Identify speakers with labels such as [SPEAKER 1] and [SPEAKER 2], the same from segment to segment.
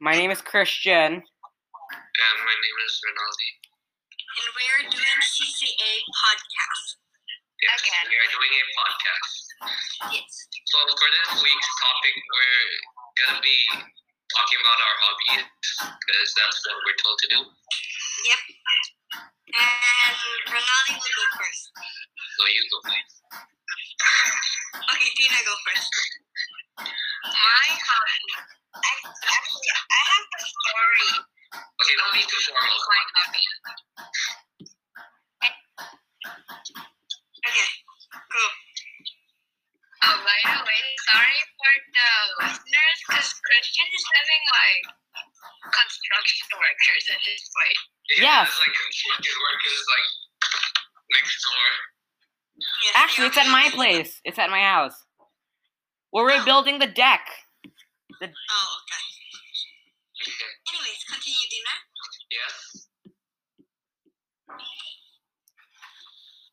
[SPEAKER 1] My name is Christian.
[SPEAKER 2] And my name is Rinaldi.
[SPEAKER 3] and we are doing CCA podcast.
[SPEAKER 2] Yes,
[SPEAKER 3] Okay.
[SPEAKER 2] we are doing a podcast.
[SPEAKER 3] Yes.
[SPEAKER 2] So for this week's topic, we're gonna be talking about our hobbies because that's what we're told to do.
[SPEAKER 3] And Rinaldi will go first.
[SPEAKER 2] So you go.
[SPEAKER 3] Okay, Tina, go first. My hobby. I, actually, I have a story
[SPEAKER 2] Okay, don't be too formal.
[SPEAKER 3] my hobby. Okay, cool.
[SPEAKER 4] Oh, by the way, sorry for the listeners, because Christian is having like construction workers at his place.
[SPEAKER 1] Yes.
[SPEAKER 2] It's like construction workers like next door.
[SPEAKER 3] Yes,
[SPEAKER 1] Actually, it's at my place. It's at my house. We're rebuilding the deck.
[SPEAKER 3] Oh, okay.
[SPEAKER 2] Okay.
[SPEAKER 3] Anyways, continue, Dina.
[SPEAKER 2] Yes.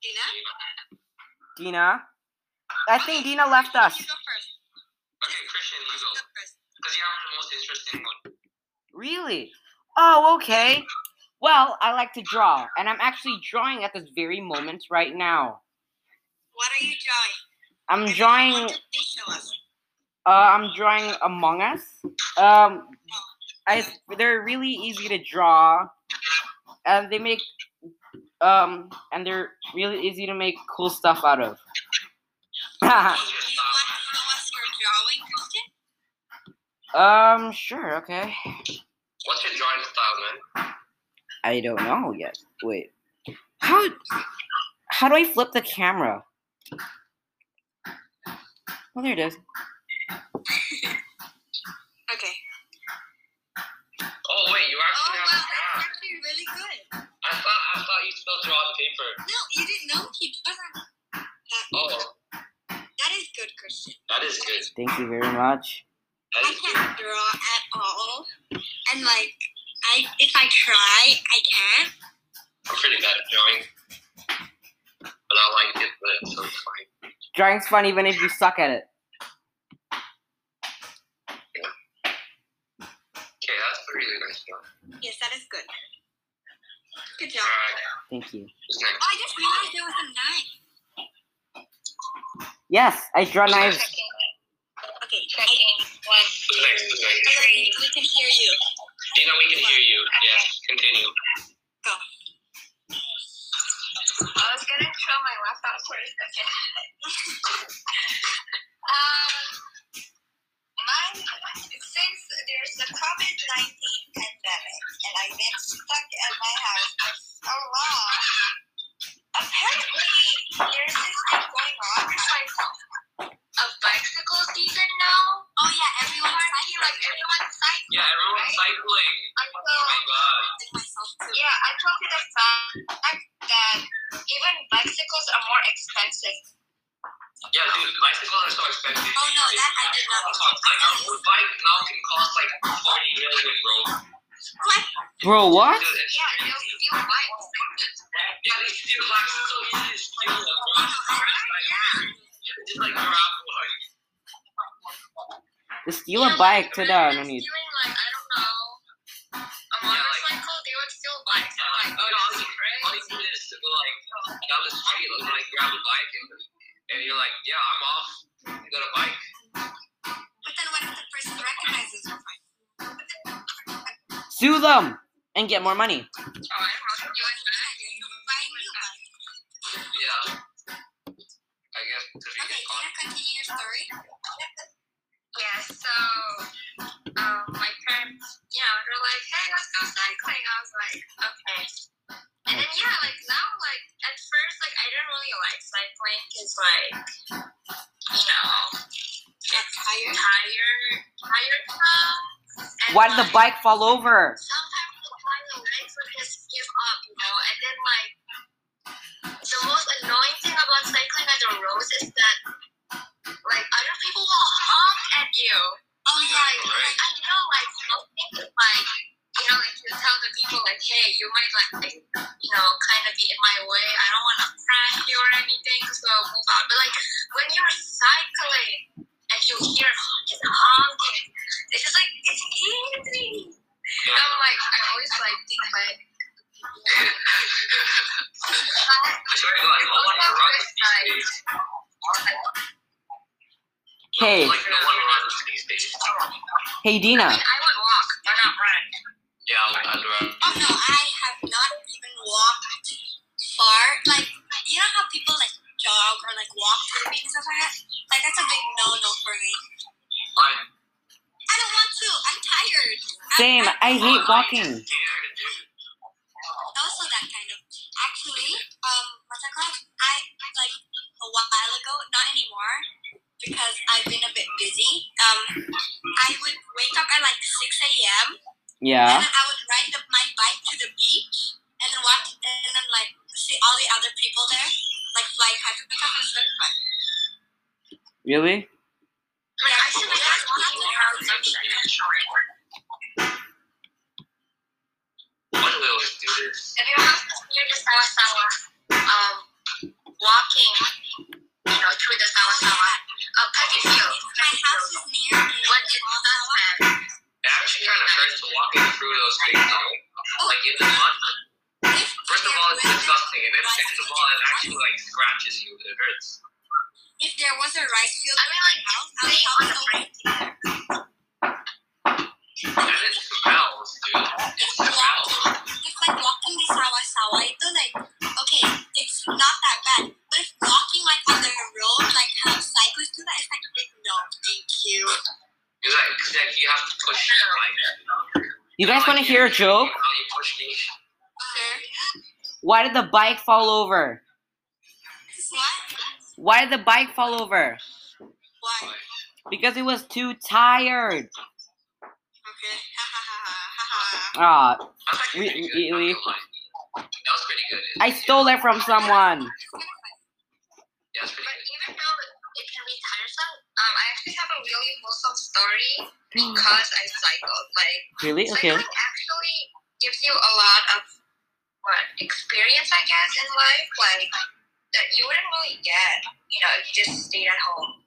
[SPEAKER 3] Dina?
[SPEAKER 1] Dina. I think Dina left us.
[SPEAKER 3] You go first.
[SPEAKER 2] Okay, Christian, you go.
[SPEAKER 3] You go first.
[SPEAKER 2] Because you have the most interesting one.
[SPEAKER 1] Really? Oh, okay. Well, I like to draw, and I'm actually drawing at this very moment right now.
[SPEAKER 3] What are you drawing?
[SPEAKER 1] I'm
[SPEAKER 3] If you
[SPEAKER 1] drawing.
[SPEAKER 3] want to, Please show us.
[SPEAKER 1] Uh, I'm drawing Among Us. Um, I they're really easy to draw, and they make um, and they're really easy to make cool stuff out of.
[SPEAKER 3] Okay, do you want to show us your drawing, Christian?
[SPEAKER 1] um, sure, okay.
[SPEAKER 2] What's your drawing style, man?
[SPEAKER 1] I don't know yet. Wait, how how do I flip the camera? Oh, there it is.
[SPEAKER 3] Okay.
[SPEAKER 2] Oh wait, you actually
[SPEAKER 3] Oh, wow, that's
[SPEAKER 2] have a graph.
[SPEAKER 3] actually really good.
[SPEAKER 2] I thought I thought you still draw on paper.
[SPEAKER 3] No, you didn't know he doesn't. That,
[SPEAKER 2] Oh,
[SPEAKER 3] that is good, Christian.
[SPEAKER 2] that is good.
[SPEAKER 1] Thank you very much.
[SPEAKER 2] That
[SPEAKER 3] I
[SPEAKER 2] is good.
[SPEAKER 3] can't draw at all, and like, I if I try, I can.
[SPEAKER 2] I'm pretty bad at drawing. But I like it, but so it's fine.
[SPEAKER 1] Drawing's fun even if you suck at it.
[SPEAKER 2] Okay, that's a really nice one.
[SPEAKER 3] Yes, that is good. Good job.
[SPEAKER 2] Alright,
[SPEAKER 1] Thank you.
[SPEAKER 2] who's next?
[SPEAKER 3] Oh, I just realized there was a nine.
[SPEAKER 1] Yes, I draw knives.
[SPEAKER 4] Checking,
[SPEAKER 3] Okay. I,
[SPEAKER 4] checking. One,
[SPEAKER 2] Who's
[SPEAKER 4] two,
[SPEAKER 2] next? Who's next?
[SPEAKER 3] I don't think we can hear you.
[SPEAKER 2] Dina, we can hear you. Yes, continue.
[SPEAKER 4] I was gonna throw my laptop for a second. um, mine, since there's the COVID 19 pandemic and I've been stuck at my house for so long, apparently there's this thing going on like a bicycle season now.
[SPEAKER 3] Oh yeah, everyone's
[SPEAKER 4] Apparently, like
[SPEAKER 3] cycling.
[SPEAKER 4] everyone's cycling.
[SPEAKER 2] Yeah, everyone's
[SPEAKER 4] right?
[SPEAKER 2] cycling. Oh my
[SPEAKER 4] Until
[SPEAKER 2] god.
[SPEAKER 3] Like myself too.
[SPEAKER 4] yeah, I talked to the fact that even bicycles are more expensive.
[SPEAKER 2] Yeah, dude, bicycles are so expensive.
[SPEAKER 3] Oh, no, that I did not know.
[SPEAKER 2] Like, our old bike now can cost like 40 million, bro.
[SPEAKER 3] What?
[SPEAKER 1] Bro, what?
[SPEAKER 2] Dude, it's
[SPEAKER 4] Yeah, they'll
[SPEAKER 2] crazy.
[SPEAKER 4] steal bikes.
[SPEAKER 2] Yeah, they steal bikes. It's so easy to steal them, bro.
[SPEAKER 3] Oh,
[SPEAKER 2] It's like gravel, like,
[SPEAKER 1] To steal a bike to the no need.
[SPEAKER 4] Stealing, like, I don't know, a
[SPEAKER 2] Yeah, like-
[SPEAKER 3] oh,
[SPEAKER 4] motorcycle, they would steal bikes. I'm like,
[SPEAKER 2] Oh, no, like- all
[SPEAKER 4] that's
[SPEAKER 2] you
[SPEAKER 4] crazy.
[SPEAKER 2] do is like down the street, like, like grab a bike and, and you're like, yeah, I'm off. You got a bike.
[SPEAKER 3] But then what if the person recognizes your phone?
[SPEAKER 1] Sue them and get more money.
[SPEAKER 4] Oh, I don't know. You would-
[SPEAKER 3] You buy a new one.
[SPEAKER 2] Yeah. I guess to be
[SPEAKER 3] Okay, Tina, continue your story.
[SPEAKER 4] Yeah, so um, my parents, you know, they're like, hey, let's go cycling. I was like, okay. And then, yeah, like now, like at first, like I didn't really like cycling because, like, you know,
[SPEAKER 3] Get tired.
[SPEAKER 4] tire, tire stuff. And,
[SPEAKER 1] Why did the
[SPEAKER 4] like,
[SPEAKER 1] bike fall over?
[SPEAKER 4] Sometimes the climbing legs would just give up, you know, and then, like, the most annoying thing about cycling at the roads is that, like, other people will honk at you.
[SPEAKER 3] Oh
[SPEAKER 4] Like,
[SPEAKER 3] yeah.
[SPEAKER 4] like, I know, like, you know, things like, you know, like, you tell the people, like, hey, you might, like, you know, kind of be in my way. I don't want to crash you or anything, so move out. But, like, when you're cycling and you hear honking, honking, it's just like, it's easy.
[SPEAKER 5] like I always like think like
[SPEAKER 2] Sorry, like, no one runs these days.
[SPEAKER 1] Hey,
[SPEAKER 2] Like, no one runs these days.
[SPEAKER 1] hey, Dina.
[SPEAKER 5] I would walk, but not run.
[SPEAKER 2] Yeah, I'll, I'll run.
[SPEAKER 4] Oh no, I have not even walked far. Like you know how people like jog or like walk to the meeting and stuff like that? Like that's a big no no for me.
[SPEAKER 2] I,
[SPEAKER 4] I don't want to. I'm tired. I'm-
[SPEAKER 1] Same.
[SPEAKER 4] I'm-
[SPEAKER 1] I hate walking.
[SPEAKER 2] scared, dude.
[SPEAKER 4] also that kind of actually um what's that called i like a while ago not anymore because i've been a bit busy um i would wake up at like 6 a.m and
[SPEAKER 1] Yeah.
[SPEAKER 4] then i would ride the, my bike to the beach and then walk and then like see all the other people there like flying high and stuff it's very fun
[SPEAKER 1] Really?
[SPEAKER 4] like i should have had one
[SPEAKER 2] Why do we always do this?
[SPEAKER 5] If you have to hear the sawa sawa, um, walking, you know, through the sawa sawa, uh, Peggy Field.
[SPEAKER 4] my house is near
[SPEAKER 5] What is sunset?
[SPEAKER 2] It actually kind of hurts to walk in through those things, you know? Like, in the mud. First of all, it's disgusting, and then second of all, it actually, like, scratches you. It hurts.
[SPEAKER 4] if there was a rice field
[SPEAKER 5] I mean, like,
[SPEAKER 4] house, I would
[SPEAKER 5] laying on the
[SPEAKER 4] probably
[SPEAKER 5] break.
[SPEAKER 2] And it smells, dude. It
[SPEAKER 4] It's
[SPEAKER 2] smells.
[SPEAKER 4] walking. It's like walking the sawa sawa. It's like okay, it's not that bad. But if walking like on the road, like how cyclists do that, it's like big no, thank you.
[SPEAKER 2] It's like, it's like you have to push, like...
[SPEAKER 1] You guys want to hear a joke?
[SPEAKER 2] How you push me?
[SPEAKER 4] Sir,
[SPEAKER 1] Why did the bike fall over?
[SPEAKER 4] what?
[SPEAKER 1] Why did the bike fall over?
[SPEAKER 4] What?
[SPEAKER 1] Because it was too tired.
[SPEAKER 4] Okay. Ha ha ha ha ha
[SPEAKER 1] Ah,
[SPEAKER 4] ha.
[SPEAKER 2] That's actually
[SPEAKER 1] Re-
[SPEAKER 2] pretty good, not
[SPEAKER 1] really?
[SPEAKER 2] gonna lie. That was pretty good.
[SPEAKER 1] I stole it from someone.
[SPEAKER 2] That was pretty
[SPEAKER 5] But
[SPEAKER 2] good.
[SPEAKER 5] even though it can be tiresome, um, I actually have a really wholesome story because I cycled. Like,
[SPEAKER 1] Really? Okay.
[SPEAKER 5] cycling actually gives you a lot of what experience, I guess, in life, like that you wouldn't really get, you know, if you just stayed at home.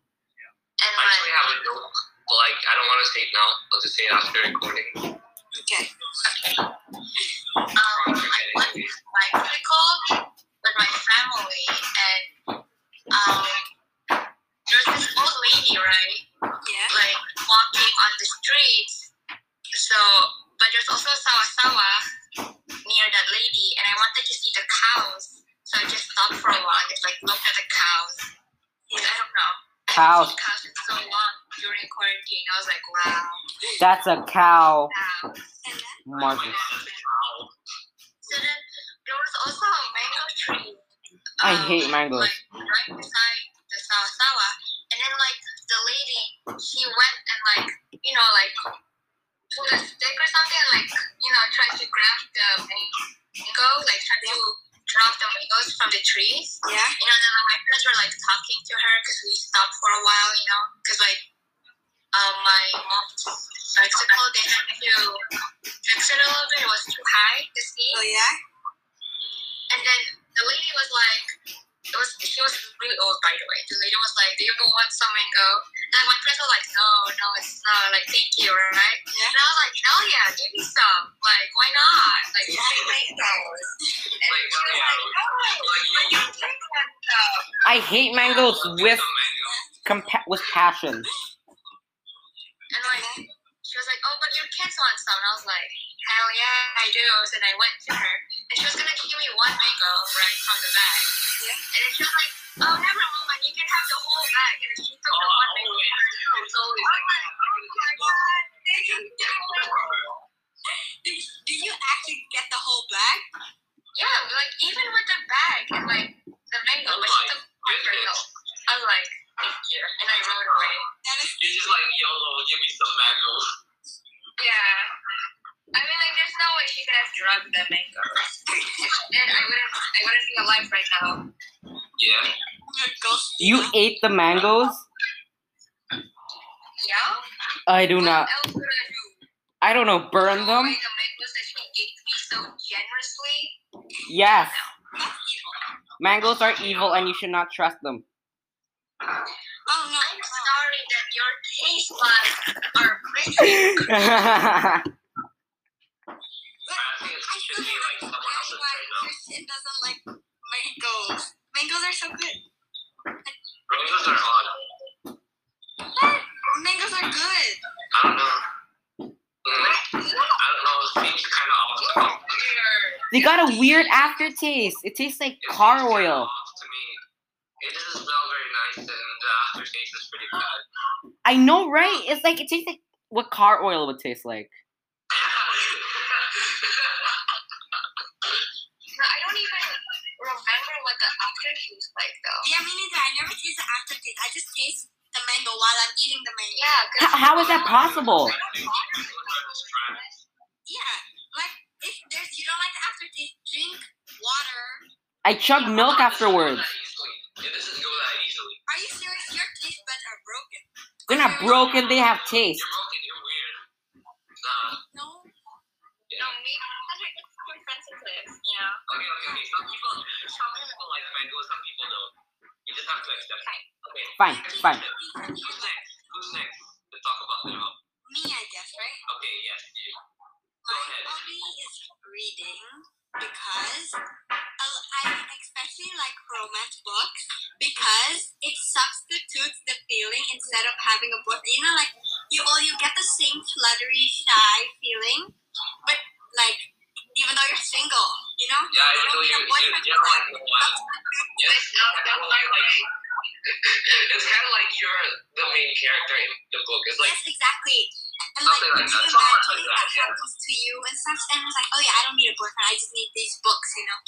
[SPEAKER 5] And
[SPEAKER 2] I actually
[SPEAKER 5] like,
[SPEAKER 2] have a joke, but like I don't want to say it now. I'll just say it after recording.
[SPEAKER 4] Okay.
[SPEAKER 5] um, I went bicycle with my family, and um, there's this old lady, right?
[SPEAKER 4] Yeah.
[SPEAKER 5] like walking on the streets. So, but there's also sawa-sawa near that lady, and I wanted to see the cows. So I just stopped for a while and just like looked at the cows. Which I don't know. I haven't
[SPEAKER 1] Cows.
[SPEAKER 5] seen cows in so long during quarantine. I was like, wow,
[SPEAKER 1] That's a cow,
[SPEAKER 5] cows.
[SPEAKER 4] And then
[SPEAKER 1] Marcus.
[SPEAKER 5] So then there was also a mango tree.
[SPEAKER 1] I
[SPEAKER 5] um,
[SPEAKER 1] hate mangoes.
[SPEAKER 5] like right beside the sawa-sawa. And then like the lady, she went and like you know like pulled a stick or something, and, like you know tried to grab the mango, like tried to drop the mangoes from the trees.
[SPEAKER 4] yeah.
[SPEAKER 5] You know, then like, my friends were like talking to her because we stopped for a while. You know, because like um my mom's Mexico, they had to fix it a little bit. It was too high to see.
[SPEAKER 4] Oh yeah.
[SPEAKER 5] And then the lady was like, it was she was really old by the way. The lady was like, do you want some mango? And my friends were like, no, no, it's not. Like, thank you, right?
[SPEAKER 4] Yeah.
[SPEAKER 5] And I was like, hell yeah, give me some. Like, why not? Like,
[SPEAKER 4] Yeah.
[SPEAKER 5] I like those. And
[SPEAKER 2] Like,
[SPEAKER 5] she was
[SPEAKER 2] yeah,
[SPEAKER 5] like, no,
[SPEAKER 2] like, you-
[SPEAKER 5] but you drink one though.
[SPEAKER 1] I hate mangoes with
[SPEAKER 2] mango.
[SPEAKER 1] compa- with passion.
[SPEAKER 5] And like, she was like, oh, but your kids want some. And I was like, hell yeah, I do. So then I went to her, and she was gonna give me one mango right from the bag.
[SPEAKER 4] Yeah.
[SPEAKER 5] And then she was like, oh, never mind, you can have the whole bag. And then she took
[SPEAKER 2] Oh,
[SPEAKER 5] the one mango.
[SPEAKER 2] It's always
[SPEAKER 5] I'm
[SPEAKER 2] like.
[SPEAKER 5] like, oh my god, they just did it.
[SPEAKER 4] Do, do you actually get the whole bag?
[SPEAKER 5] Yeah, like even with the bag and like the mango, but
[SPEAKER 2] Oh
[SPEAKER 5] she took one mango. I was like, thank you, and I rode away.
[SPEAKER 4] That is
[SPEAKER 2] It's just like YOLO. Give me some mango.
[SPEAKER 5] Yeah. I mean, like, there's no way she could have drugged the mango. and I wouldn't, I wouldn't be alive right now.
[SPEAKER 2] Yeah.
[SPEAKER 4] a ghost.
[SPEAKER 1] You ate the mangoes?
[SPEAKER 5] Yeah.
[SPEAKER 1] I do
[SPEAKER 5] What
[SPEAKER 1] not.
[SPEAKER 5] else would I do?
[SPEAKER 1] I don't know. Burn
[SPEAKER 5] Throw
[SPEAKER 1] them?
[SPEAKER 5] away The mangoes that she gave me so generously.
[SPEAKER 1] Yes.
[SPEAKER 4] That's evil.
[SPEAKER 1] Mangoes are evil, and you should not trust them.
[SPEAKER 4] Oh no.
[SPEAKER 5] I'm sorry that your taste buds are rich.
[SPEAKER 1] I
[SPEAKER 2] should be like someone
[SPEAKER 4] That's
[SPEAKER 2] else's
[SPEAKER 4] why
[SPEAKER 2] right now.
[SPEAKER 4] Kristen doesn't like mangoes. Mangoes are so good.
[SPEAKER 2] Roses are odd.
[SPEAKER 4] Mangoes are good.
[SPEAKER 2] I don't know. Mm, I don't know. It seems kind of off. To me.
[SPEAKER 1] They got a weird aftertaste. It tastes like
[SPEAKER 2] It
[SPEAKER 1] car
[SPEAKER 2] seems kinda
[SPEAKER 1] oil.
[SPEAKER 2] Off to me. It doesn't smell very nice, and the aftertaste is pretty bad.
[SPEAKER 1] I know, right? It's like it tastes like what car oil would taste like.
[SPEAKER 5] No, I don't even remember what the aftertaste like though.
[SPEAKER 4] Yeah, me neither. I never taste the aftertaste. I just taste the mango while I'm eating the mango.
[SPEAKER 5] Yeah,
[SPEAKER 1] H- how is that possible?
[SPEAKER 4] Yeah. Like, if there's, you don't like the aftertaste, drink water.
[SPEAKER 1] I chug milk afterwards.
[SPEAKER 2] It doesn't go that easily.
[SPEAKER 4] Are you serious? Your taste buds are broken.
[SPEAKER 1] They're not broken. They have taste.
[SPEAKER 2] You're broken. You're weird. Nah.
[SPEAKER 4] No.
[SPEAKER 5] no, me and her is more sensitive. Yeah.
[SPEAKER 2] Okay, okay, okay. Some people, some people like mango. Some people don't. You just have to accept it. Okay.
[SPEAKER 1] Fine, fine.
[SPEAKER 2] Who's next? Who's next to talk about them?
[SPEAKER 4] Me, I guess, right?
[SPEAKER 2] Okay, yes, you.
[SPEAKER 4] My
[SPEAKER 2] ahead.
[SPEAKER 4] hobby is reading because uh, I especially like romance books because it substitutes the feeling instead of having a book. You know, like you all you get the same fluttery, shy feeling, but like even though you're single, you know.
[SPEAKER 2] Yeah, I
[SPEAKER 4] You
[SPEAKER 2] know
[SPEAKER 4] don't need
[SPEAKER 2] you.
[SPEAKER 4] a boyfriend
[SPEAKER 2] You
[SPEAKER 4] for
[SPEAKER 2] don't like
[SPEAKER 4] that.
[SPEAKER 2] the one. Yes, it's kind of like it's kind of like you're the main character in the book. It's like
[SPEAKER 4] yes, exactly. And like,
[SPEAKER 2] Something like that. Something like
[SPEAKER 4] you imagine that
[SPEAKER 2] that, yeah.
[SPEAKER 4] happens to you and stuff, and it's like, oh yeah, I don't need a boyfriend. I just need these books, you know.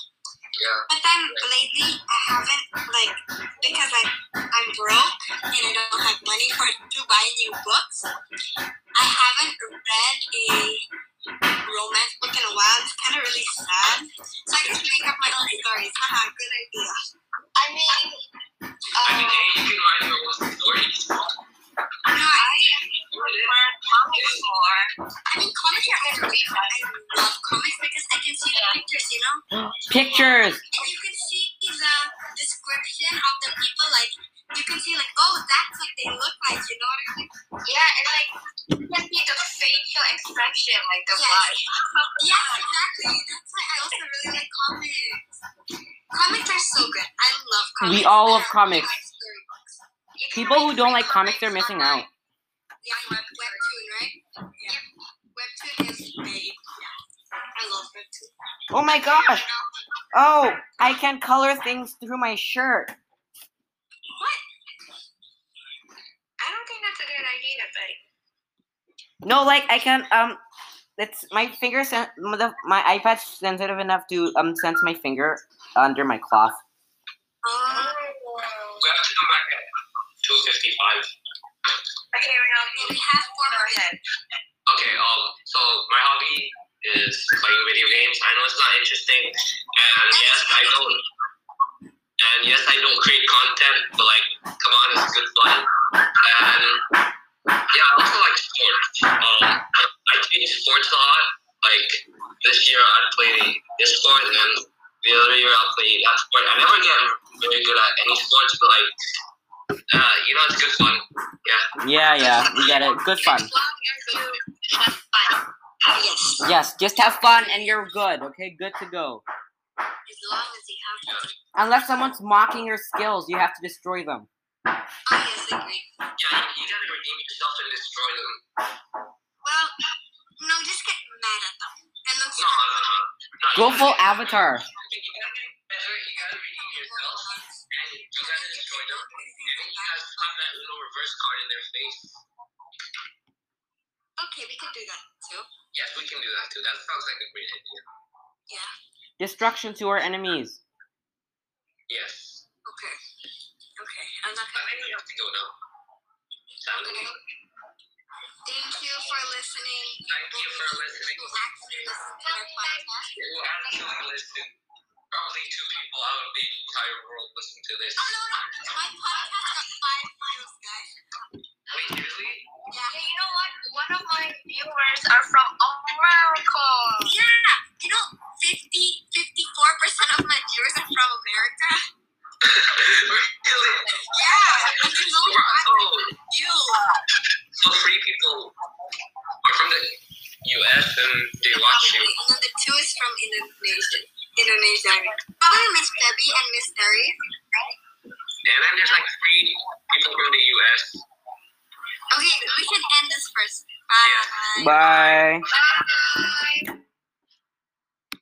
[SPEAKER 2] yeah.
[SPEAKER 4] But then lately, I haven't like because I I'm broke and I don't have money for to buy new books. I haven't read a romance book in a while. It's kind of really sad. So I just make up my own stories. Haha, good idea.
[SPEAKER 5] I mean,
[SPEAKER 2] I
[SPEAKER 5] um,
[SPEAKER 2] mean, hey, you can write your own stories.
[SPEAKER 4] No, I,
[SPEAKER 5] learn comics more.
[SPEAKER 4] I mean comics are my favorite. I love comics because I can see the pictures, you know.
[SPEAKER 1] Pictures.
[SPEAKER 4] And Oh, you can see the description of the people. Like you can see like oh that's what they look like. You know what I mean?
[SPEAKER 5] Yeah, and like you can see the facial expression, like the
[SPEAKER 4] Yes.
[SPEAKER 5] blush.
[SPEAKER 4] Yes, exactly. That's why I also really like comics. Comics are so good. I love comics.
[SPEAKER 1] We all love
[SPEAKER 4] They're
[SPEAKER 1] comics.
[SPEAKER 4] my favorite books.
[SPEAKER 5] You can
[SPEAKER 1] People who
[SPEAKER 5] read
[SPEAKER 1] don't like
[SPEAKER 5] free
[SPEAKER 1] comics are missing out.
[SPEAKER 5] online.
[SPEAKER 4] Yeah, web, webtoon, right? Yep. Webtoon is babe. I love webtoon.
[SPEAKER 1] Oh my gosh. Oh, I can color things through my shirt.
[SPEAKER 4] What?
[SPEAKER 5] I don't think that's a good idea, but
[SPEAKER 1] No, like I can um. It's my finger. Sen- the- my iPad's sensitive enough to um sense my finger under my cloth.
[SPEAKER 4] Oh.
[SPEAKER 2] We have to come back at two fifty-five.
[SPEAKER 5] okay, we're not
[SPEAKER 4] Well, we have four
[SPEAKER 5] Go
[SPEAKER 4] more
[SPEAKER 5] ahead.
[SPEAKER 2] Okay, um, so my hobby is playing video games. I know it's not interesting, and yes, I know, and yes, I don't create content, but like, come on, it's good fun. And yeah, I also like sports. Um, I change sports a lot. Like this year, I played this sport, and then the other year, I played that sport. I never get very good at any sports, but like, uh, you know, it's good fun.
[SPEAKER 1] Yeah, yeah, we get it. Good fun.
[SPEAKER 5] As long as you have fun.
[SPEAKER 4] Yes.
[SPEAKER 1] Yes, just have fun and you're good. Okay, good to go.
[SPEAKER 4] As long as you have fun.
[SPEAKER 1] Unless someone's mocking your skills, you have to destroy them.
[SPEAKER 4] I disagree.
[SPEAKER 2] Yeah, you gotta redeem yourself and destroy them.
[SPEAKER 4] Well, no, just get mad at them. And then
[SPEAKER 2] No, no, no, no. No,
[SPEAKER 1] Go
[SPEAKER 2] you
[SPEAKER 1] full
[SPEAKER 2] gotta-
[SPEAKER 1] avatar.
[SPEAKER 2] You gotta get better, you gotta redeem yourself, and you gotta destroy them, and you gotta slap that little reverse card in their face.
[SPEAKER 4] Okay, we could do that too.
[SPEAKER 2] Yes, we can do that too. That sounds like a great idea.
[SPEAKER 1] Destruction to our enemies.
[SPEAKER 2] Yes.
[SPEAKER 4] Okay. Okay. I'm
[SPEAKER 2] I
[SPEAKER 4] not gonna
[SPEAKER 2] think we have to go now. Sounds good.
[SPEAKER 4] Thank you for listening.
[SPEAKER 2] Thank you for listening.
[SPEAKER 4] Who actually listen to our podcast.
[SPEAKER 2] Who actually listened? Probably two people out of the entire world listen to this.
[SPEAKER 4] Oh, no, no. My podcast got five views, guys.
[SPEAKER 2] Wait, seriously?
[SPEAKER 4] Yeah.
[SPEAKER 5] Hey, you know what? One of my viewers are from America.
[SPEAKER 4] Yeah. You know, 50, 54% of my viewers are from America.
[SPEAKER 2] Really?
[SPEAKER 4] Yeah. And there's only five
[SPEAKER 2] Oh,
[SPEAKER 4] of you.
[SPEAKER 2] so three people are from the U.S. then they watch you.
[SPEAKER 4] Probably. And then the two is from Indonesia. Indonesia. Probably Miss Debbie and Miss Terry.
[SPEAKER 2] And then there's like three people from the US.
[SPEAKER 4] Okay, we should end this first.
[SPEAKER 1] Bye.
[SPEAKER 4] Bye.
[SPEAKER 5] Bye.